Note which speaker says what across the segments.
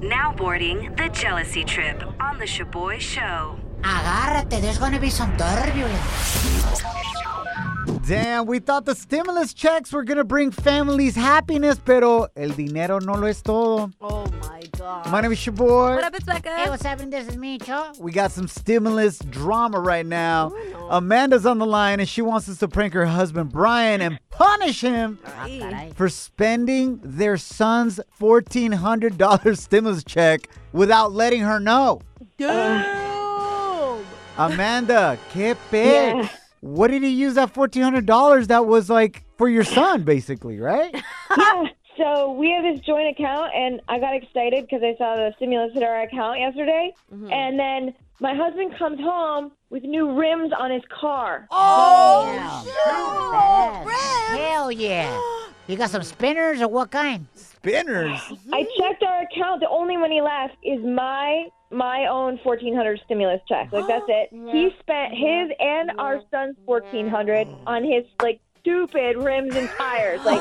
Speaker 1: Now boarding the jealousy trip on the Shaboy Show.
Speaker 2: Agárrate, there's gonna be some turbulence.
Speaker 3: Damn, we thought the stimulus checks were gonna bring families happiness, pero el dinero no lo es todo.
Speaker 4: Oh my god.
Speaker 3: My name is your boy.
Speaker 4: What up? It's
Speaker 2: Hey,
Speaker 4: Becca.
Speaker 2: what's happening? This is Micho.
Speaker 3: We got some stimulus drama right now. Amanda's on the line and she wants us to prank her husband Brian and punish him
Speaker 4: Hey.
Speaker 2: Caray.
Speaker 3: for spending their son's $1,400 stimulus check without letting her know.
Speaker 4: Damn.
Speaker 3: Amanda, que pex. What did he use that $1,400 that was like for your son, basically, right?
Speaker 5: yeah. So we have this joint account, and I got excited because I saw the stimulus hit our account yesterday. And then my husband comes home with new rims on his car.
Speaker 2: Damn. Badass. Hell yeah. You got some spinners or what kind?
Speaker 3: Spinners.
Speaker 5: I checked our account. The only money left is my my own fourteen hundred stimulus check. Like that's it. He spent his and our son's fourteen hundred on his like stupid rims and tires. Like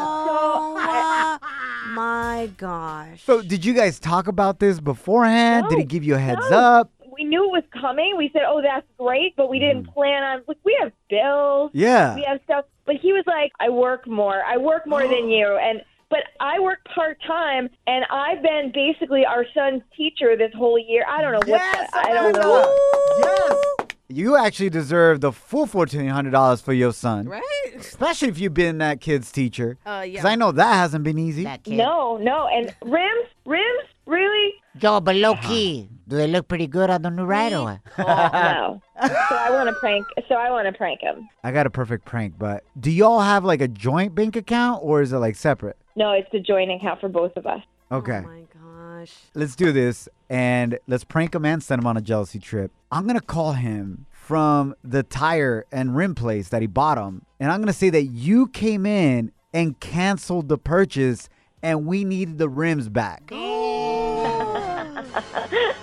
Speaker 4: Oh uh, my gosh.
Speaker 3: So, did you guys talk about this beforehand? did he
Speaker 5: No,
Speaker 3: give you a heads
Speaker 5: no.
Speaker 3: up?
Speaker 5: we knew it was coming. We said, "Oh, that's great," but we didn't plan on. Like, we have bills.
Speaker 3: Yeah.
Speaker 5: we have stuff. But he was like, I work more. I work more than you. And but I work part time, and I've been basically our son's teacher this whole year. I don't know what.
Speaker 3: Yes, oh
Speaker 5: the, I don't
Speaker 3: Amanda.
Speaker 5: know.
Speaker 3: Yes. You actually deserve the full $1,400 for your son.
Speaker 4: Right?
Speaker 3: Especially if you've been that kid's teacher.
Speaker 4: Uh,
Speaker 3: Because I know that hasn't been easy.
Speaker 2: That kid.
Speaker 5: No, no. And rims, rims, really?
Speaker 2: Yo, but low key, do they look pretty good on the new ride or what?
Speaker 5: Uh, no. So I want to prank. So I want to prank him.
Speaker 3: I got a perfect prank, but do y'all have like a joint bank account or is it like separate?
Speaker 5: No, it's the joint account for both of us.
Speaker 3: Okay.
Speaker 4: Oh my gosh.
Speaker 3: let's do this and let's prank him and send him on a jealousy trip. I'm gonna call him from the tire and rim place that he bought him, and I'm gonna say that you came in and canceled the purchase, and we needed the rims back.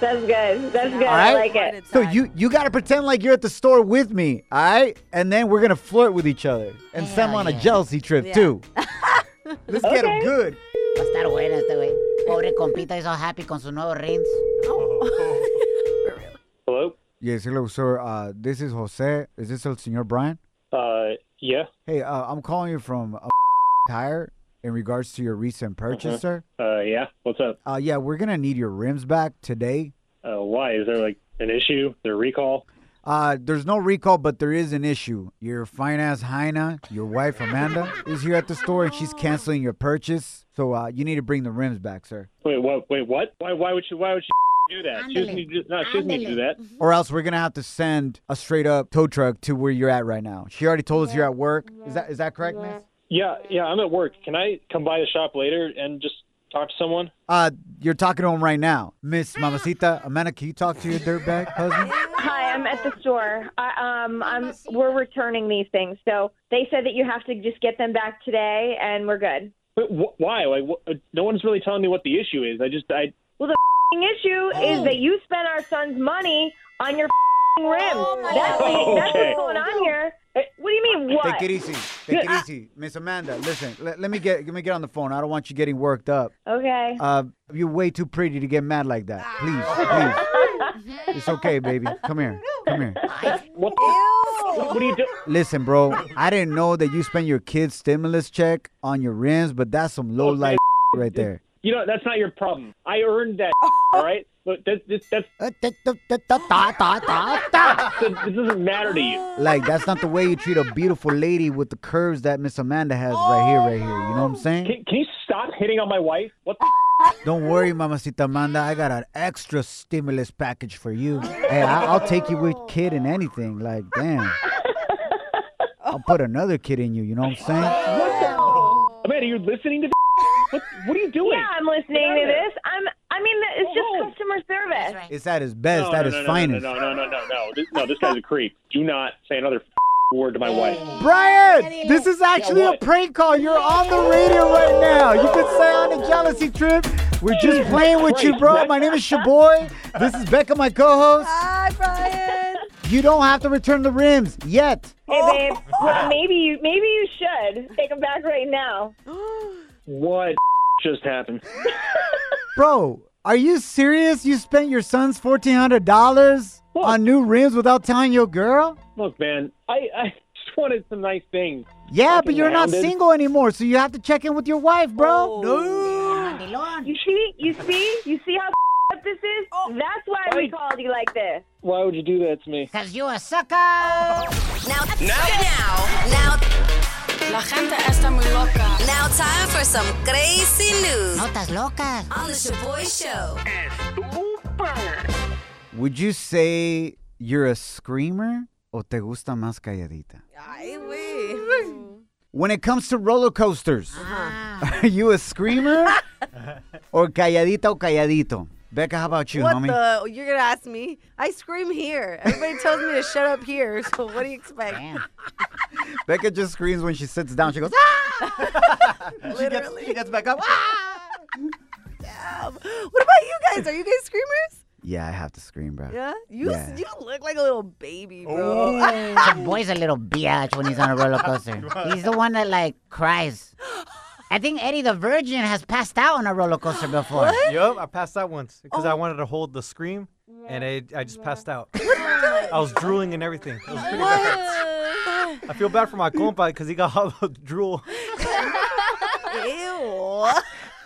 Speaker 5: That's good. That's good.
Speaker 3: All
Speaker 5: I
Speaker 3: right.
Speaker 5: like it.
Speaker 3: So you you gotta pretend like you're at the store with me, all right? And then we're gonna flirt with each other and send him
Speaker 2: Hell
Speaker 3: on
Speaker 2: yeah.
Speaker 3: a jealousy trip too. let's get him
Speaker 5: Okay.
Speaker 3: good.
Speaker 2: Va a estar buena este güey. Pobre compita, hizo happy con su nuevo rings.
Speaker 6: Hello.
Speaker 3: Yes, hello, sir. Uh, this is Jose. Is this el señor Brian?
Speaker 6: Uh, yeah.
Speaker 3: Hey, uh, I'm calling you from a tire in regards to your recent purchase, sir.
Speaker 6: Uh, yeah. What's up?
Speaker 3: Uh, yeah, we're gonna need your rims back today.
Speaker 6: Uh, why is there like an issue? The recall?
Speaker 3: Uh, there's no recall, but there is an issue. Your finance Heina, your wife Amanda, is here at the store, and she's canceling your purchase. So uh, you need to bring the rims back, sir,
Speaker 6: Wait, what? Wait, what? Why? Why would she? Why would she do that? She doesn't need to. No, she doesn't need to do that.
Speaker 3: or else we're gonna have to send a straight up tow truck to where you're at right now. She already told us you're at work. Is that is that correct, miss?
Speaker 6: Yeah, yeah. I'm at work. Can I come by the shop later and just talk to someone?
Speaker 3: Uh, you're talking to him right now, Miss Mamacita. Amanda, can you talk to your dirtbag husband?
Speaker 5: Hi, I'm at the store. I, um, I'm. We're returning these things, so they said that you have to just get them back today, and we're good.
Speaker 6: But wh- why? Like, wh- uh, no one's really telling me what the issue is. I just, I.
Speaker 5: f***ing issue
Speaker 2: Oh.
Speaker 5: is that you spent our son's money on your f***ing rim.
Speaker 2: Oh
Speaker 5: that's,
Speaker 6: God.
Speaker 5: that's
Speaker 6: Okay.
Speaker 5: what's going on here. What do you mean what?
Speaker 3: Take it easy. Take it easy, Miss Amanda. Listen, let, let me get let me get on the phone. I don't want you getting worked up.
Speaker 5: Okay.
Speaker 3: Uh, you're way too pretty to get mad like that. Please, please. It's okay, baby. Come here. Come here.
Speaker 6: What? The, what, what are you doing?
Speaker 3: Listen, bro. I didn't know that you spent your kid's stimulus check on your rims, but that's some low life right there.
Speaker 6: You know, that's not your problem. I earned that. all right. Look, that, this, that's that, this doesn't matter to you.
Speaker 3: Like that's not the way you treat a beautiful lady with the curves that Miss Amanda has right here, right here. You know what I'm saying?
Speaker 6: Can, can you stop hitting on my wife? What? The
Speaker 3: Don't worry, Mamacita Amanda. I got an extra stimulus package for you. Hey, I- I'll take you with kid and anything. Like, damn. I'll put another kid in you. You know what I'm saying?
Speaker 6: Amanda, are you listening to? What, what are you doing?
Speaker 5: Yeah, I'm listening to
Speaker 6: Get out of
Speaker 5: this. I'm. I mean, it's just
Speaker 6: Whoa.
Speaker 5: customer
Speaker 2: That's
Speaker 5: service.
Speaker 2: right.
Speaker 3: It's at his best,
Speaker 6: no,
Speaker 3: at
Speaker 6: no,
Speaker 3: his
Speaker 6: no, no,
Speaker 3: finest.
Speaker 6: No, no, no, no, no, no. This, no, this guy's a creep. Do not say another f- word to my wife.
Speaker 3: Brian, this is actually
Speaker 6: Yeah,
Speaker 3: a
Speaker 6: what?
Speaker 3: prank call. You're on the radio right now. You can say on the jealousy trip. We're just playing with you, bro. My name is Shaboy. This is Becca, my co-host.
Speaker 4: Hi, Brian.
Speaker 3: You don't have to return the rims yet.
Speaker 5: Hey, babe. Well, maybe you. Maybe you should take them back right now.
Speaker 6: What just happened?
Speaker 3: Bro, are you serious? You spent your son's $1,400 on new rims without telling your girl?
Speaker 6: Look, man, I, I just wanted some nice things.
Speaker 3: Yeah,
Speaker 6: Fucking
Speaker 3: but you're not
Speaker 6: rounded.
Speaker 3: single anymore, so you have to check in with your wife, bro.
Speaker 2: Mandilón.
Speaker 5: You see? You see? You see how up this is?
Speaker 2: Oh.
Speaker 5: That's why we called you like this.
Speaker 6: Why would you do that to me?
Speaker 2: Cause you a sucker.
Speaker 1: Now, now, now,
Speaker 7: La gente está muy loca.
Speaker 1: now, time for some crazy news
Speaker 2: Notas locas.
Speaker 1: on the Shaboy Show.
Speaker 3: Would you say you're a screamer o te gusta más calladita?
Speaker 4: Ay, güey.
Speaker 3: When it comes to roller coasters, are you a screamer or calladita o calladito? Becca, how about you,
Speaker 4: What
Speaker 3: homie?
Speaker 4: the? You're gonna ask me? I scream here. Everybody tells me to shut up here. So what do you expect?
Speaker 2: Damn.
Speaker 3: Becca just screams when she sits down. She goes, ah! she, gets, she gets back up. "Ah!"
Speaker 4: Um, what about you guys? Are you guys screamers?
Speaker 3: Yeah, I have to scream, bro.
Speaker 4: Yeah. You
Speaker 3: Yeah.
Speaker 4: you look like a little baby, bro.
Speaker 2: That boy's a little biatch when he's on a roller coaster. He's the one that like cries. I think Eddie the Virgin has passed out on a roller coaster before.
Speaker 8: Yup, I passed out once because I wanted to hold the scream, and I, I just passed out. I was drooling and everything. It was pretty bad. I feel bad for my compa because he got all the drool.
Speaker 4: Ew.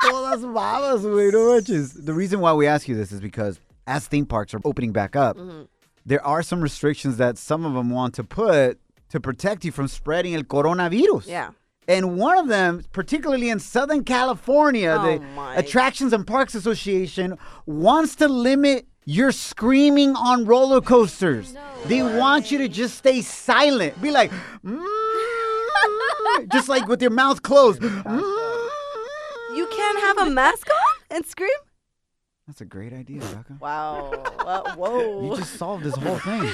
Speaker 3: Todas babas, güey, no manches. The reason why we ask you this is because as theme parks are opening back up,
Speaker 4: Mm-hmm.
Speaker 3: there are some restrictions that some of them want to put to protect you from spreading el coronavirus.
Speaker 4: Yeah.
Speaker 3: And one of them, particularly in Southern California,
Speaker 4: Oh,
Speaker 3: the
Speaker 4: my.
Speaker 3: Attractions and Parks Association wants to limit your screaming on roller coasters. they want you to just stay silent. Be like, "Mm," just like with your mouth closed. Mm-hmm.
Speaker 4: You can't have a mask on and scream?
Speaker 3: That's a great idea, Becca.
Speaker 4: Wow. Wha- Whoa.
Speaker 3: You just solved this whole thing.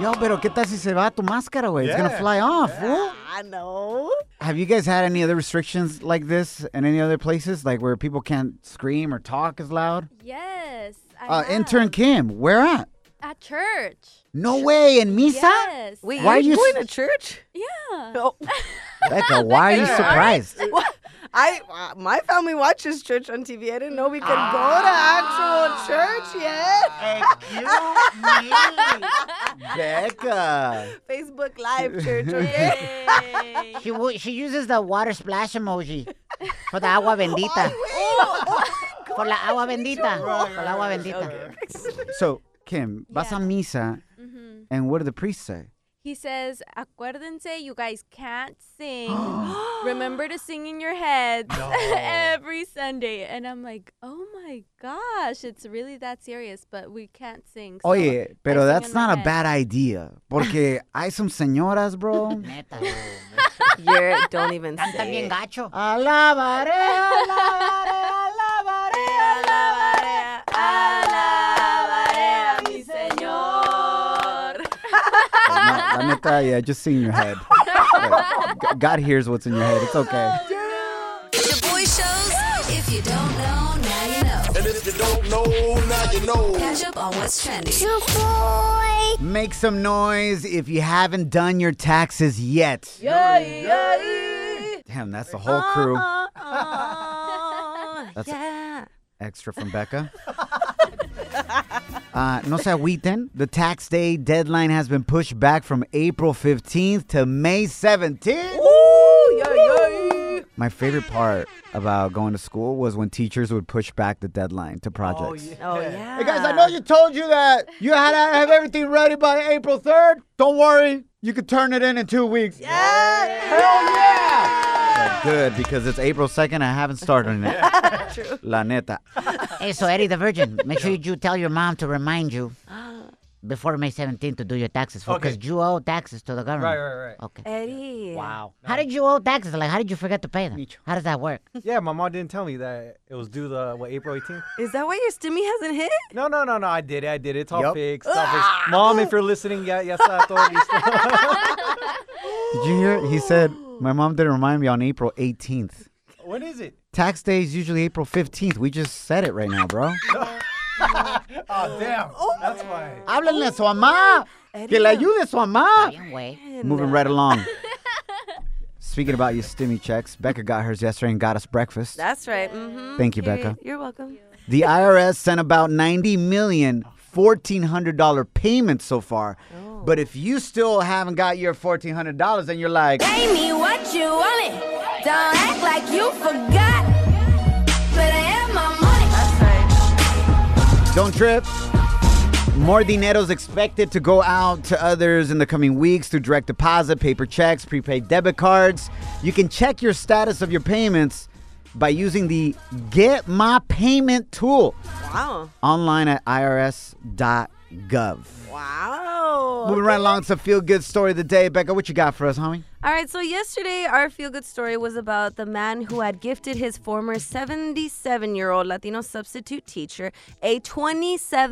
Speaker 3: Yo, pero qué tal si se va tu máscara, güey? It's gonna fly off. fool.
Speaker 4: I know.
Speaker 3: Have you guys had any other restrictions like this in any other places, like where people can't scream or talk as loud?
Speaker 9: Yes. I
Speaker 3: Uh,
Speaker 9: have.
Speaker 3: intern Kim, where at?
Speaker 9: At church.
Speaker 3: No way, in misa?
Speaker 9: Yes.
Speaker 4: Wait,
Speaker 3: Why
Speaker 4: Why
Speaker 3: are
Speaker 4: are
Speaker 3: you
Speaker 4: going
Speaker 3: s-
Speaker 4: to church?
Speaker 9: Yeah.
Speaker 4: Oh,
Speaker 3: Becca, why are you surprised?
Speaker 4: what? I uh, my family watches church on TV. I didn't know we could
Speaker 3: Ah.
Speaker 4: go to actual church yet.
Speaker 3: Becca.
Speaker 4: Facebook Live church, okay?
Speaker 9: Yay.
Speaker 2: She wo- she uses the water splash emoji for the agua bendita.
Speaker 8: Oh
Speaker 2: Por la agua bendita. Por la agua bendita.
Speaker 3: So, Kim, vas a misa,
Speaker 9: Mhm.
Speaker 3: and what did the priest say?
Speaker 9: He says, Acuérdense, you guys can't sing. Remember to sing in your heads every Sunday. And I'm like, oh my gosh, it's really that serious, but we can't sing. so
Speaker 3: Oye, pero
Speaker 9: I sing
Speaker 3: that's
Speaker 9: in my
Speaker 3: not a
Speaker 9: head."
Speaker 3: bad idea. Porque hay some señoras, bro.
Speaker 2: Neta.
Speaker 4: You're, don't even
Speaker 2: Canta
Speaker 4: say
Speaker 2: bien
Speaker 4: it.
Speaker 2: gacho.
Speaker 3: Alabaré,
Speaker 4: Alabaré, alabaré a mi Señor.
Speaker 3: No, la neta, yeah, just see in your head. Like, G- God hears what's in your head. It's okay.
Speaker 1: Shaboy Shows. If you don't know, now you know. And if you don't know, now you know. Catch up on what's trending.
Speaker 3: Make some noise if you haven't done your taxes yet.
Speaker 4: Yay, yay.
Speaker 3: Damn, that's the whole crew.
Speaker 4: Uh,
Speaker 10: Uh-uh.
Speaker 4: uh,
Speaker 3: That's-
Speaker 4: yeah.
Speaker 3: Extra from Becca. Uh, no se agüiten. The tax day deadline has been pushed back from April 15th to May 17th. My favorite part about going to school was when teachers would push back the deadline to projects.
Speaker 4: Oh, yeah.
Speaker 3: Hey guys, I know you told you that you had to have everything ready by April 3rd. Don't worry, you could turn it in in two weeks. Yeah! Hell yeah! Good, because it's April 2nd. I haven't started on it. La neta.
Speaker 2: Hey, so Eddie the Virgin, make sure you do tell your mom to remind you before May 17th to do your taxes for because
Speaker 8: Okay.
Speaker 2: you owe taxes to the government.
Speaker 8: Right, right, Eh. right.
Speaker 2: Okay.
Speaker 10: Eddie.
Speaker 8: Wow.
Speaker 2: How did you owe taxes? Like, how did you forget to pay them? How does that work?
Speaker 8: Yeah, my mom didn't tell me that it was due the what April 18th.
Speaker 10: Is that why your stimmy hasn't hit?
Speaker 8: No, no, no, no. I did it. I did it. It's all
Speaker 3: Yup.
Speaker 8: fixed. It's all fixed. Mom, if you're listening, yeah, yes, I thought you
Speaker 3: Did you hear? He said, My mom didn't remind me on April 18th.
Speaker 8: When is it?
Speaker 3: Tax day is usually April 15th. We just said it right now, bro.
Speaker 8: Oh, damn. That's why.
Speaker 3: Háblenle a su mamá. Que le ayude su mamá.
Speaker 2: Anyway.
Speaker 3: Moving right along. Speaking about your stimmy checks, Becca got hers yesterday and got us breakfast.
Speaker 10: That's right. Mm-hmm.
Speaker 3: Thank you, Becca.
Speaker 10: You're welcome.
Speaker 3: The IRS sent about 90 million $1,400 payments so far.
Speaker 11: Oh.
Speaker 3: But if you still haven't got your $1,400, then you're like,
Speaker 11: Pay me what you want it. Don't act like you forgot. But I have my money.
Speaker 3: Don't trip. More dineros expected to go out to others in the coming weeks through direct deposit, paper checks, prepaid debit cards. You can check your status of your payments by using the Get My Payment tool
Speaker 10: Wow.
Speaker 3: online at irs.gov.
Speaker 10: Wow.
Speaker 3: Moving right along to Feel Good Story of the Day. Becca, what you got for us, homie?
Speaker 4: All right, so yesterday our feel good story was about the man who had gifted his former 77 year old Latino substitute teacher a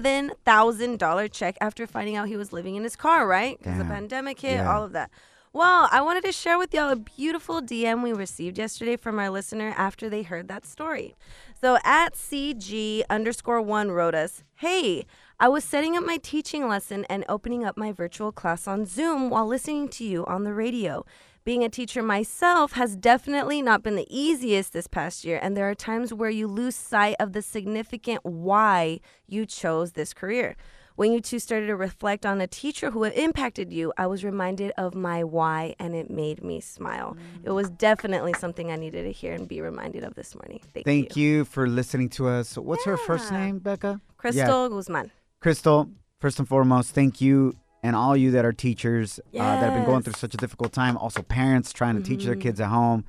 Speaker 4: $27,000 check after finding out he was living in his car, right? Because the pandemic hit, all of that. Well, I wanted to share with y'all a beautiful DM we received yesterday from our listener after they heard that story. So at CG underscore one wrote us, Hey, I was setting up my teaching lesson and opening up my virtual class on Zoom while listening to you on the radio. Being a teacher myself has definitely not been the easiest this past year, and there are times where you lose sight of the significant why you chose this career. When you two started to reflect on a teacher who had impacted you, I was reminded of my why and it made me smile. It was definitely something I needed to hear and be reminded of this morning. Thank,
Speaker 3: Thank you for listening to us. What's her first name, Becca?
Speaker 4: Crystal Guzman.
Speaker 3: Crystal, first and foremost, thank you and all you that are teachers uh, that have been going through
Speaker 4: Yes.
Speaker 3: such a difficult time. Also, parents trying to teach their
Speaker 10: Mm-hmm.
Speaker 3: kids at home.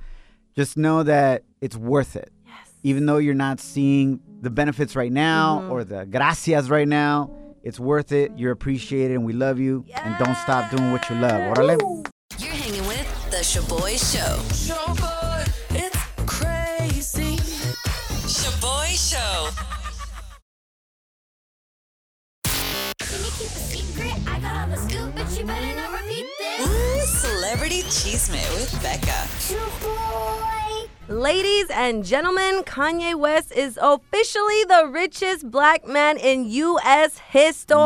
Speaker 3: Just know that it's worth it. Even though you're not seeing the benefits right now
Speaker 10: Mm-hmm.
Speaker 3: or the gracias right now, it's worth it. You're appreciated and we love you. And don't stop doing what you love. Orale?
Speaker 1: You're hanging with The Shaboy Show.
Speaker 11: It's crazy.
Speaker 1: Shaboy Show. Ooh, Celebrity Cheesemate with Becca.
Speaker 4: Ladies and gentlemen, Kanye West is officially the richest black man in U.S. history.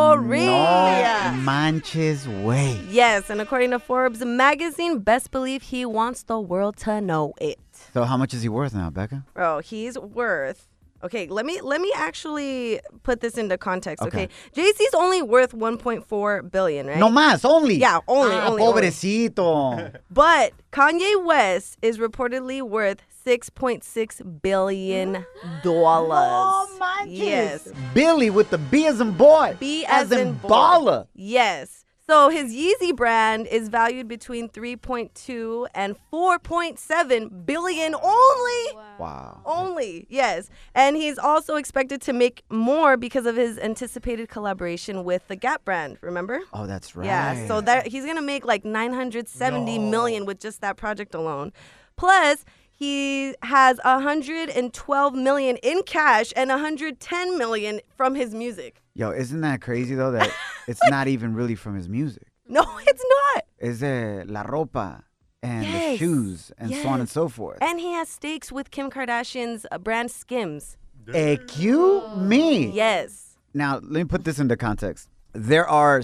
Speaker 3: No manches way.
Speaker 4: Yes, and according to Forbes magazine, best believe he wants the world to know it.
Speaker 3: So, how much is he worth now, Becca?
Speaker 10: Bro, he's worth. Okay, let me let me actually put this into context. Okay, JC's only worth 1.4 billion, right?
Speaker 3: No más, only.
Speaker 10: Yeah, only,
Speaker 3: Ah,
Speaker 10: only, only.
Speaker 3: pobrecito.
Speaker 10: But Kanye West is reportedly worth 6.6 billion dollars. Oh my Yes.
Speaker 3: Billy with the B as in boy.
Speaker 4: B
Speaker 3: as,
Speaker 4: as
Speaker 3: in,
Speaker 4: in boy. Uh,
Speaker 3: baller.
Speaker 4: Yes. So his Yeezy brand is valued between 3.2 and 4.7 billion only.
Speaker 3: Wow.
Speaker 4: Only, yes. And he's also expected to make more because of his anticipated collaboration with the Gap brand, remember?
Speaker 3: Oh, that's right.
Speaker 4: Yeah, so that he's gonna make like nine hundred seventy million with just that project alone. Plus, he has hundred and twelve million in cash and hundred ten million from his music.
Speaker 3: Yo, isn't that crazy though that it's not even really from his music?
Speaker 4: No, it's not.
Speaker 3: Is it la ropa and the
Speaker 4: Yes.
Speaker 3: shoes and so on and
Speaker 4: Yes.
Speaker 3: so forth?
Speaker 4: And he has stakes with Kim Kardashian's uh, brand Skims. Eh.
Speaker 3: EQ me.
Speaker 4: Yes.
Speaker 3: Now, let me put this into context. There are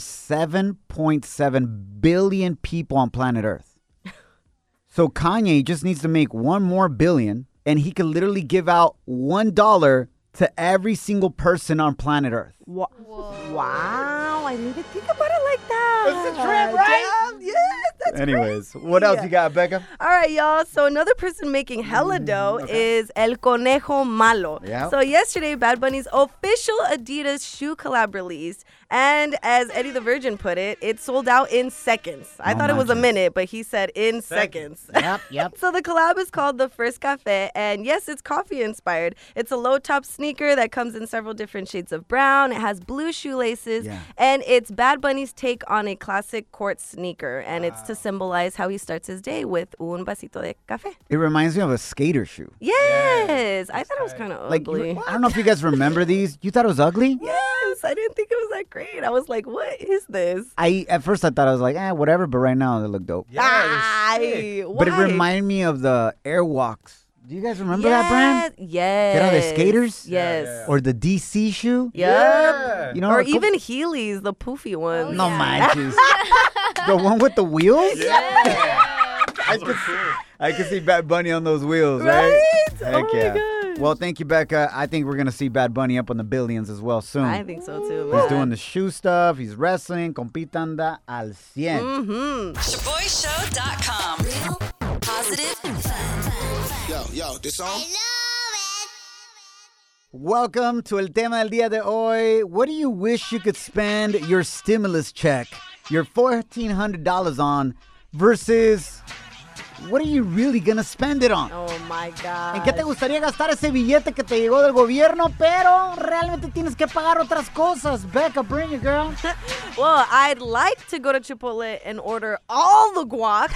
Speaker 3: 7.7 billion people on planet Earth. So Kanye just needs to make one more billion and he could literally give out $1 to every single person on planet Earth.
Speaker 10: Wow, I didn't even think about it like that.
Speaker 3: It's a trip, right?
Speaker 4: Yes, that's
Speaker 3: Anyways, what else
Speaker 4: Yeah.
Speaker 3: you got, Becca?
Speaker 4: All right, y'all. So another person making hella dough is El Conejo Malo.
Speaker 3: Mm, Yeah.
Speaker 4: So yesterday, Bad Bunny's official Adidas shoe collab released, and as Eddie the Virgin put it, it sold out in seconds. I
Speaker 3: Oh
Speaker 4: thought it
Speaker 3: my
Speaker 4: was a
Speaker 3: goodness.
Speaker 4: minute, but he said in seconds.
Speaker 2: Yep, yep.
Speaker 4: So the collab is called the First Cafe, and yes, it's coffee inspired. It's a low top sneaker that comes in several different shades of brown. It has blue shoelaces,
Speaker 3: Yeah.
Speaker 4: and it's Bad Bunny's take on a classic court sneaker, and it's to symbolize how he starts his day with un vasito de café.
Speaker 3: It reminds me of a skater shoe.
Speaker 4: Yes, I thought it was kind of
Speaker 3: Like
Speaker 4: ugly.
Speaker 3: I don't know if you guys remember these. You thought it was ugly?
Speaker 4: Yes, I didn't think it was that great. I was like, what is this?
Speaker 3: I at first I thought I was like, eh, whatever, but right now they look dope.
Speaker 8: Yeah, it was sick.
Speaker 4: Ay,
Speaker 3: But it
Speaker 4: why?
Speaker 3: reminded me of the Airwalks. Do you guys remember that brand?
Speaker 4: Yes, Yes.
Speaker 3: Get all the skaters?
Speaker 4: Yes.
Speaker 3: Or the DC shoe?
Speaker 4: Yep.
Speaker 8: Yeah.
Speaker 3: You know,
Speaker 4: or
Speaker 3: a couple-
Speaker 4: even Heelys, the poofy one.
Speaker 3: no manches. the one with the wheels? I
Speaker 8: Those
Speaker 3: could,
Speaker 8: are cool.
Speaker 3: I could see Bad Bunny on those wheels, right?
Speaker 4: Right?
Speaker 3: Heck
Speaker 4: Oh my
Speaker 3: yeah.
Speaker 4: gosh.
Speaker 3: Well, thank you, Becca. I think we're gonna see Bad Bunny up on the billions as well soon.
Speaker 4: I think so too.
Speaker 3: He's doing the shoe stuff. He's wrestling. Compitanda al cien.
Speaker 4: Mm-hmm.
Speaker 1: ShaboyShow.com. Real, positive, and fun.
Speaker 12: Yo, yo, this song?
Speaker 3: Welcome to El Tema del Día de Hoy. What do you wish you could spend your stimulus check, your $1,400 on, versus what are you really going to spend it on?
Speaker 4: Oh my god.
Speaker 3: ¿En qué te gustaría gastar ese billete que te llegó del gobierno, pero realmente tienes que pagar otras cosas? Becca, bring it, girl.
Speaker 4: Well, I'd like to go to Chipotle and order all the guac.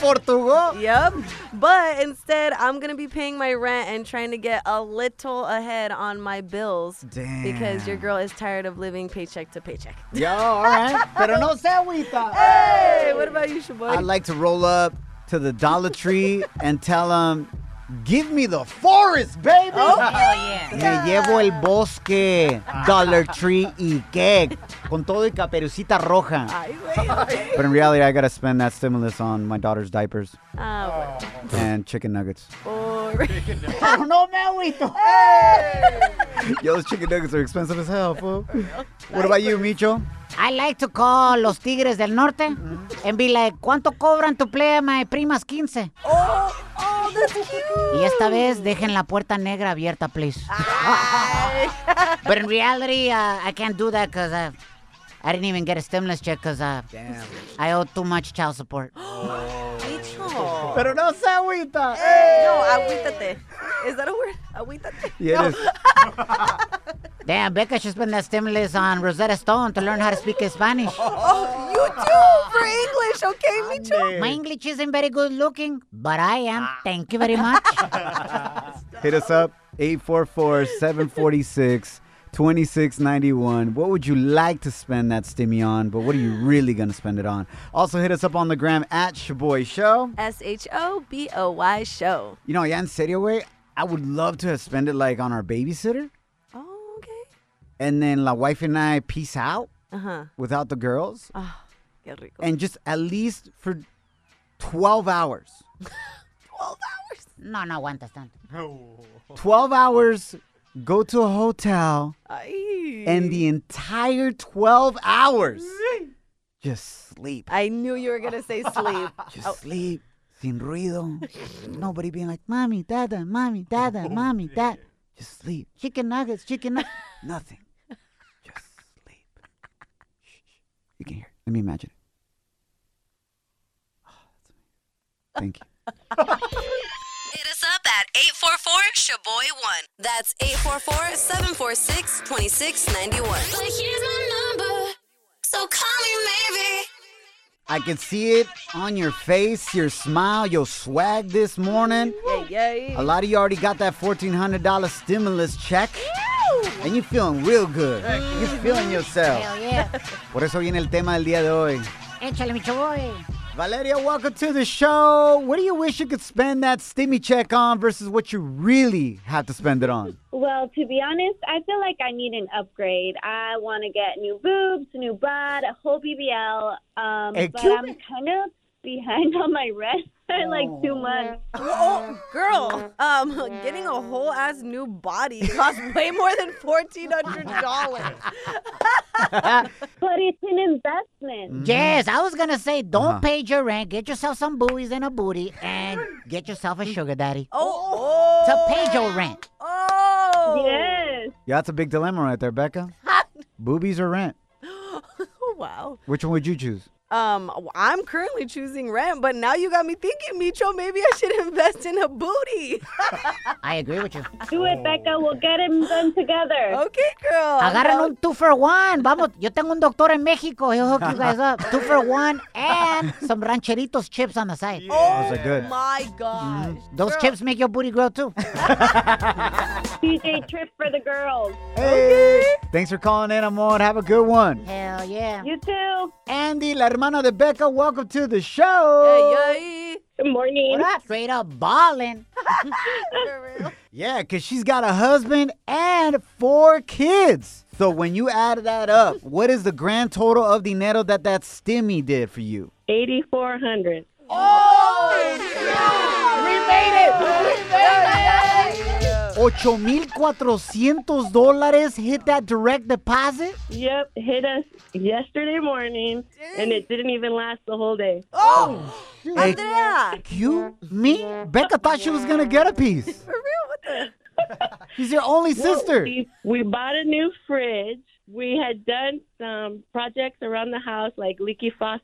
Speaker 3: Portugal.
Speaker 4: yep. But instead, I'm going to be paying my rent and trying to get a little ahead on my bills
Speaker 3: Damn.
Speaker 4: because your girl is tired of living paycheck to paycheck.
Speaker 3: Yo, all right. Pero no se agüita.
Speaker 4: Hey, what about you, Shaboy?
Speaker 3: I'd like to roll up to the Dollar Tree and tell them, give me the forest, baby.
Speaker 2: Oh, Hell yeah.
Speaker 3: Me llevo el bosque, Dollar Tree y qué, con todo y caperucita roja.
Speaker 4: Ay, güey, okay.
Speaker 3: But in reality, I gotta spend that stimulus on my daughter's diapers
Speaker 2: Oh.
Speaker 4: Ah,
Speaker 3: and chicken nuggets.
Speaker 4: bueno, por-
Speaker 3: I don't know, man. We Yo, those chicken nuggets are expensive as hell, fool. What about you, Micho?
Speaker 2: I like to call los Tigres del Norte and be like, ¿cuánto cobran to play at my primas 15?
Speaker 4: Oh, oh, that's cute.
Speaker 2: Y esta vez dejen la puerta negra abierta, please.
Speaker 4: Ay.
Speaker 2: But in reality, uh, I can't do that because uh, I didn't even get a stimulus check because uh,
Speaker 3: Damn.
Speaker 2: I owe too much child support.
Speaker 4: Micho.
Speaker 3: Pero no se agüita.
Speaker 4: No, agüítate. Is that a word? Agüítate.
Speaker 3: Yeah, it is.
Speaker 2: Damn, Becca should spend that stimulus on Rosetta Stone to learn how to speak Spanish.
Speaker 4: Oh, you too for English, okay, Micho?
Speaker 2: My English isn't very good looking, but I am.
Speaker 4: Ah.
Speaker 2: Thank you very much.
Speaker 3: Hit us up 844 746 2691. What would you like to spend that stimmy on? But what are you really going to spend it on? Also, hit us up on the gram at Shaboy Show.
Speaker 4: S H O B O Y show.
Speaker 3: You know, yeah, in serio, way, I would love to have spent it like on our babysitter.
Speaker 4: Oh, okay.
Speaker 3: And then la wife and I peace out
Speaker 4: Uh huh.
Speaker 3: without the girls.
Speaker 4: Qué rico.
Speaker 3: And just at least for 12 hours.
Speaker 4: 12 hours.
Speaker 2: No, no aguantas tanto.
Speaker 3: 12 hours, go to a hotel.
Speaker 4: Ay.
Speaker 3: and the entire 12 hours just sleep.
Speaker 4: I knew you were going to say sleep.
Speaker 3: Just sleep. Sin ruido. Nobody being like, mommy, dada, mommy, dada, mommy, dad. Just sleep.
Speaker 2: Chicken nuggets, chicken nuggets.
Speaker 3: Nothing. Just sleep. Shh, shh. You can hear. it. Let me imagine it. Oh, that's amazing. Thank you.
Speaker 1: Hit us up at 844-SHABOY1.
Speaker 7: That's 844-746-2691.
Speaker 1: Like, here's my number, so call me maybe.
Speaker 3: I can see it on your face, your smile, your swag this morning.
Speaker 4: Yay.
Speaker 3: A lot of you already got that $1,400 stimulus check. And you feeling real good. You feeling yourself.
Speaker 2: Hell yeah.
Speaker 3: Por eso viene el tema del día de hoy.
Speaker 2: Échale, mi chavoy.
Speaker 3: Valeria, welcome to the show. What do you wish you could spend that stimmy check on versus what you really have to spend it on?
Speaker 5: Well, to be honest, I feel like I need an upgrade. I want to get new boobs, new butt, a whole BBL. Um,
Speaker 3: A
Speaker 5: but
Speaker 3: Cuban?
Speaker 5: I'm kind of behind on my rent for like two months.
Speaker 4: Oh, girl, um, getting a whole ass new body costs way more than $1,400.
Speaker 12: But it's an investment.
Speaker 2: Yes, I was gonna say, don't pay your rent. Get yourself some buoys and a booty, and get yourself a sugar daddy
Speaker 4: Oh,
Speaker 2: to pay your rent.
Speaker 4: oh.
Speaker 12: Yes.
Speaker 3: Yeah, that's a big dilemma right there, Becca. Boobies or rent?
Speaker 4: wow.
Speaker 3: Which one would you choose?
Speaker 4: Um, I'm currently choosing rent, but now you got me thinking, Micho. Maybe I should invest in a booty.
Speaker 2: I agree with you.
Speaker 12: Do it, Becca. We'll get them done together.
Speaker 4: okay, girl.
Speaker 2: Agarran un two for one. Vamos, yo tengo un doctor en México. He'll hook you guys up. Two for one and some rancheritos chips on the side.
Speaker 4: Oh
Speaker 3: Those are good. Mm-hmm.
Speaker 4: my gosh.
Speaker 2: Those
Speaker 4: Girl,
Speaker 2: chips make your booty grow too.
Speaker 12: DJ trip for the girls.
Speaker 3: Hey! Thanks for calling in, Amor. Have a good one.
Speaker 2: Hell yeah.
Speaker 12: You too.
Speaker 3: Andy, la hermana de Becca, welcome to the show.
Speaker 4: yeah, yeah.
Speaker 12: Good morning.
Speaker 2: What up? Straight up balling.
Speaker 3: Yeah, because she's got a husband and four kids. So when you add that up, what is the grand total of dinero that that stimmy did for you?
Speaker 12: 8400
Speaker 3: 8,400 dollars hit that direct deposit?
Speaker 12: Yep, hit us yesterday morning, and it didn't even last the whole day.
Speaker 4: Andrea,
Speaker 3: You, me? Becca thought she was going to get a piece.
Speaker 4: for real? What the?
Speaker 3: She's your only sister.
Speaker 12: We, we bought a new fridge. We had done some projects around the house, like leaky faucet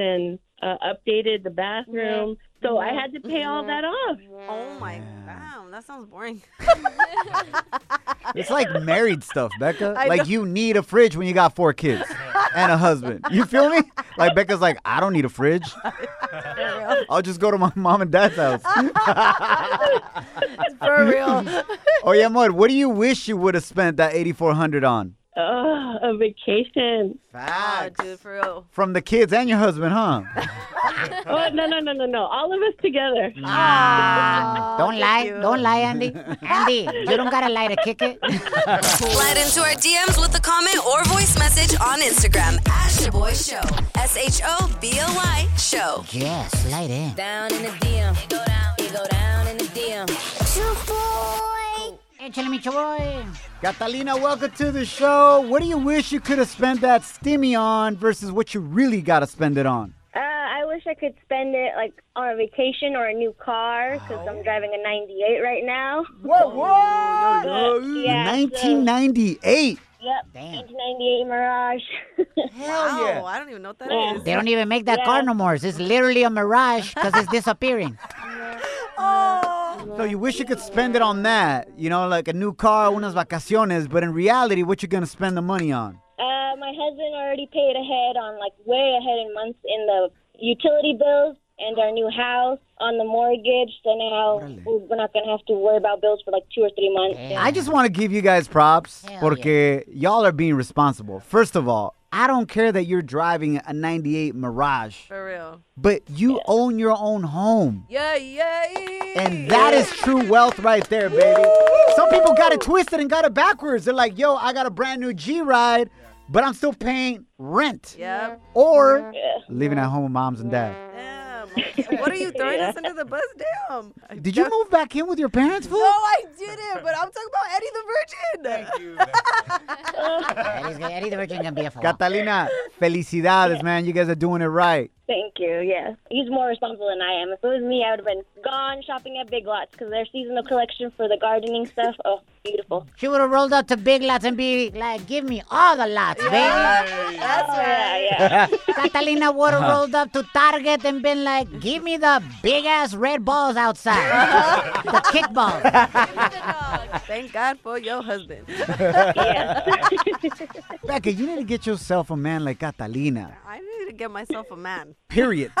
Speaker 12: and uh, updated the bathroom. So I had to pay
Speaker 13: Mm-hmm.
Speaker 12: all that off.
Speaker 4: Oh my god, that sounds boring.
Speaker 3: It's like married stuff, Becca.
Speaker 4: I
Speaker 3: like
Speaker 4: know.
Speaker 3: you need a fridge when you got four kids and a husband. You feel me? Like Becca's like, I don't need a fridge. I'll just go to my mom and dad's house.
Speaker 4: For real.
Speaker 3: oh yeah, Mud, what do you wish you would have spent that eighty four hundred on?
Speaker 12: Oh, a vacation.
Speaker 4: Ah, dude, for real.
Speaker 3: From the kids and your husband, huh?
Speaker 12: Oh, no, no, no, no, no. All of us together.
Speaker 2: Oh, Ah, don't lie.
Speaker 4: you.
Speaker 2: Don't lie, Andy. Andy, you don't gotta lie to kick it.
Speaker 1: Slide into our DMs with a comment or voice message on Instagram at Shaboy Show. S H O B O Y Show.
Speaker 2: Yes, slide in.
Speaker 1: Down in the DM. It go down. It go down in the DM.
Speaker 2: Échale, mi boy.
Speaker 3: Catalina, welcome to the show. What do you wish you could have spent that stimmy on versus what you really gotta spend it on?
Speaker 13: Uh, I wish I could spend it like on a vacation or a new car because I'm driving a 98 right now.
Speaker 3: Whoa, whoa!
Speaker 13: Yeah, so-
Speaker 3: 1998.
Speaker 13: Yep,
Speaker 2: Damn.
Speaker 13: 1998 Mirage.
Speaker 4: wow, I don't even know what that is.
Speaker 2: They don't even make that car no more. It's literally a mirage because it's disappearing.
Speaker 3: So you wish you could spend it on that, you know, like a new car, unas vacaciones, but in reality, what you gonna spend the money on?
Speaker 13: uh, my husband already paid ahead on like way ahead in months in the utility bills and our new house on the mortgage. So now we're not gonna have to worry about bills for like two or three months.
Speaker 3: I just want to give you guys props
Speaker 2: Hell
Speaker 3: porque y'all are being responsible. First of all, I don't care that you're driving a 98 Mirage,
Speaker 4: For real.
Speaker 3: but you own your own home.
Speaker 4: Yeah, yeah.
Speaker 3: And that is true wealth right there, baby. Some people got it twisted and got it backwards. They're like, yo, I got a brand new G Ride, but I'm still paying rent
Speaker 4: Yep.
Speaker 3: or living at home with moms and dad.
Speaker 4: Damn. What are you throwing us under the bus? Damn.
Speaker 3: Did you move back in with your parents,
Speaker 4: No,
Speaker 3: fool?
Speaker 4: I didn't. But I'm talking about Eddie the Virgin.
Speaker 2: Eddie's, Eddie the Virgin gonna be a fool.
Speaker 3: Catalina, felicidades, man. You guys are doing it right.
Speaker 13: Thank you. Yeah, he's more responsible than I am. If it was me, I would have been gone shopping at Big Lots because their seasonal collection for the gardening stuff. Oh, beautiful.
Speaker 2: She would have rolled out to Big Lots and be like, give me all the lots, baby.
Speaker 4: That's
Speaker 13: Oh,
Speaker 4: right.
Speaker 2: Catalina would have rolled up to Target and been like, give me the big ass red balls outside. the kickballs.
Speaker 4: Thank God for your husband.
Speaker 3: Becca, you need to get yourself a man like Catalina.
Speaker 4: I need to get myself a man.
Speaker 3: Period.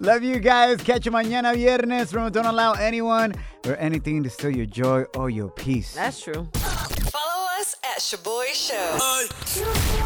Speaker 3: Love you guys. Catch you mañana viernes. Remember, don't allow anyone or anything to steal your joy or your peace.
Speaker 4: That's true.
Speaker 1: Follow us at Shaboy Show.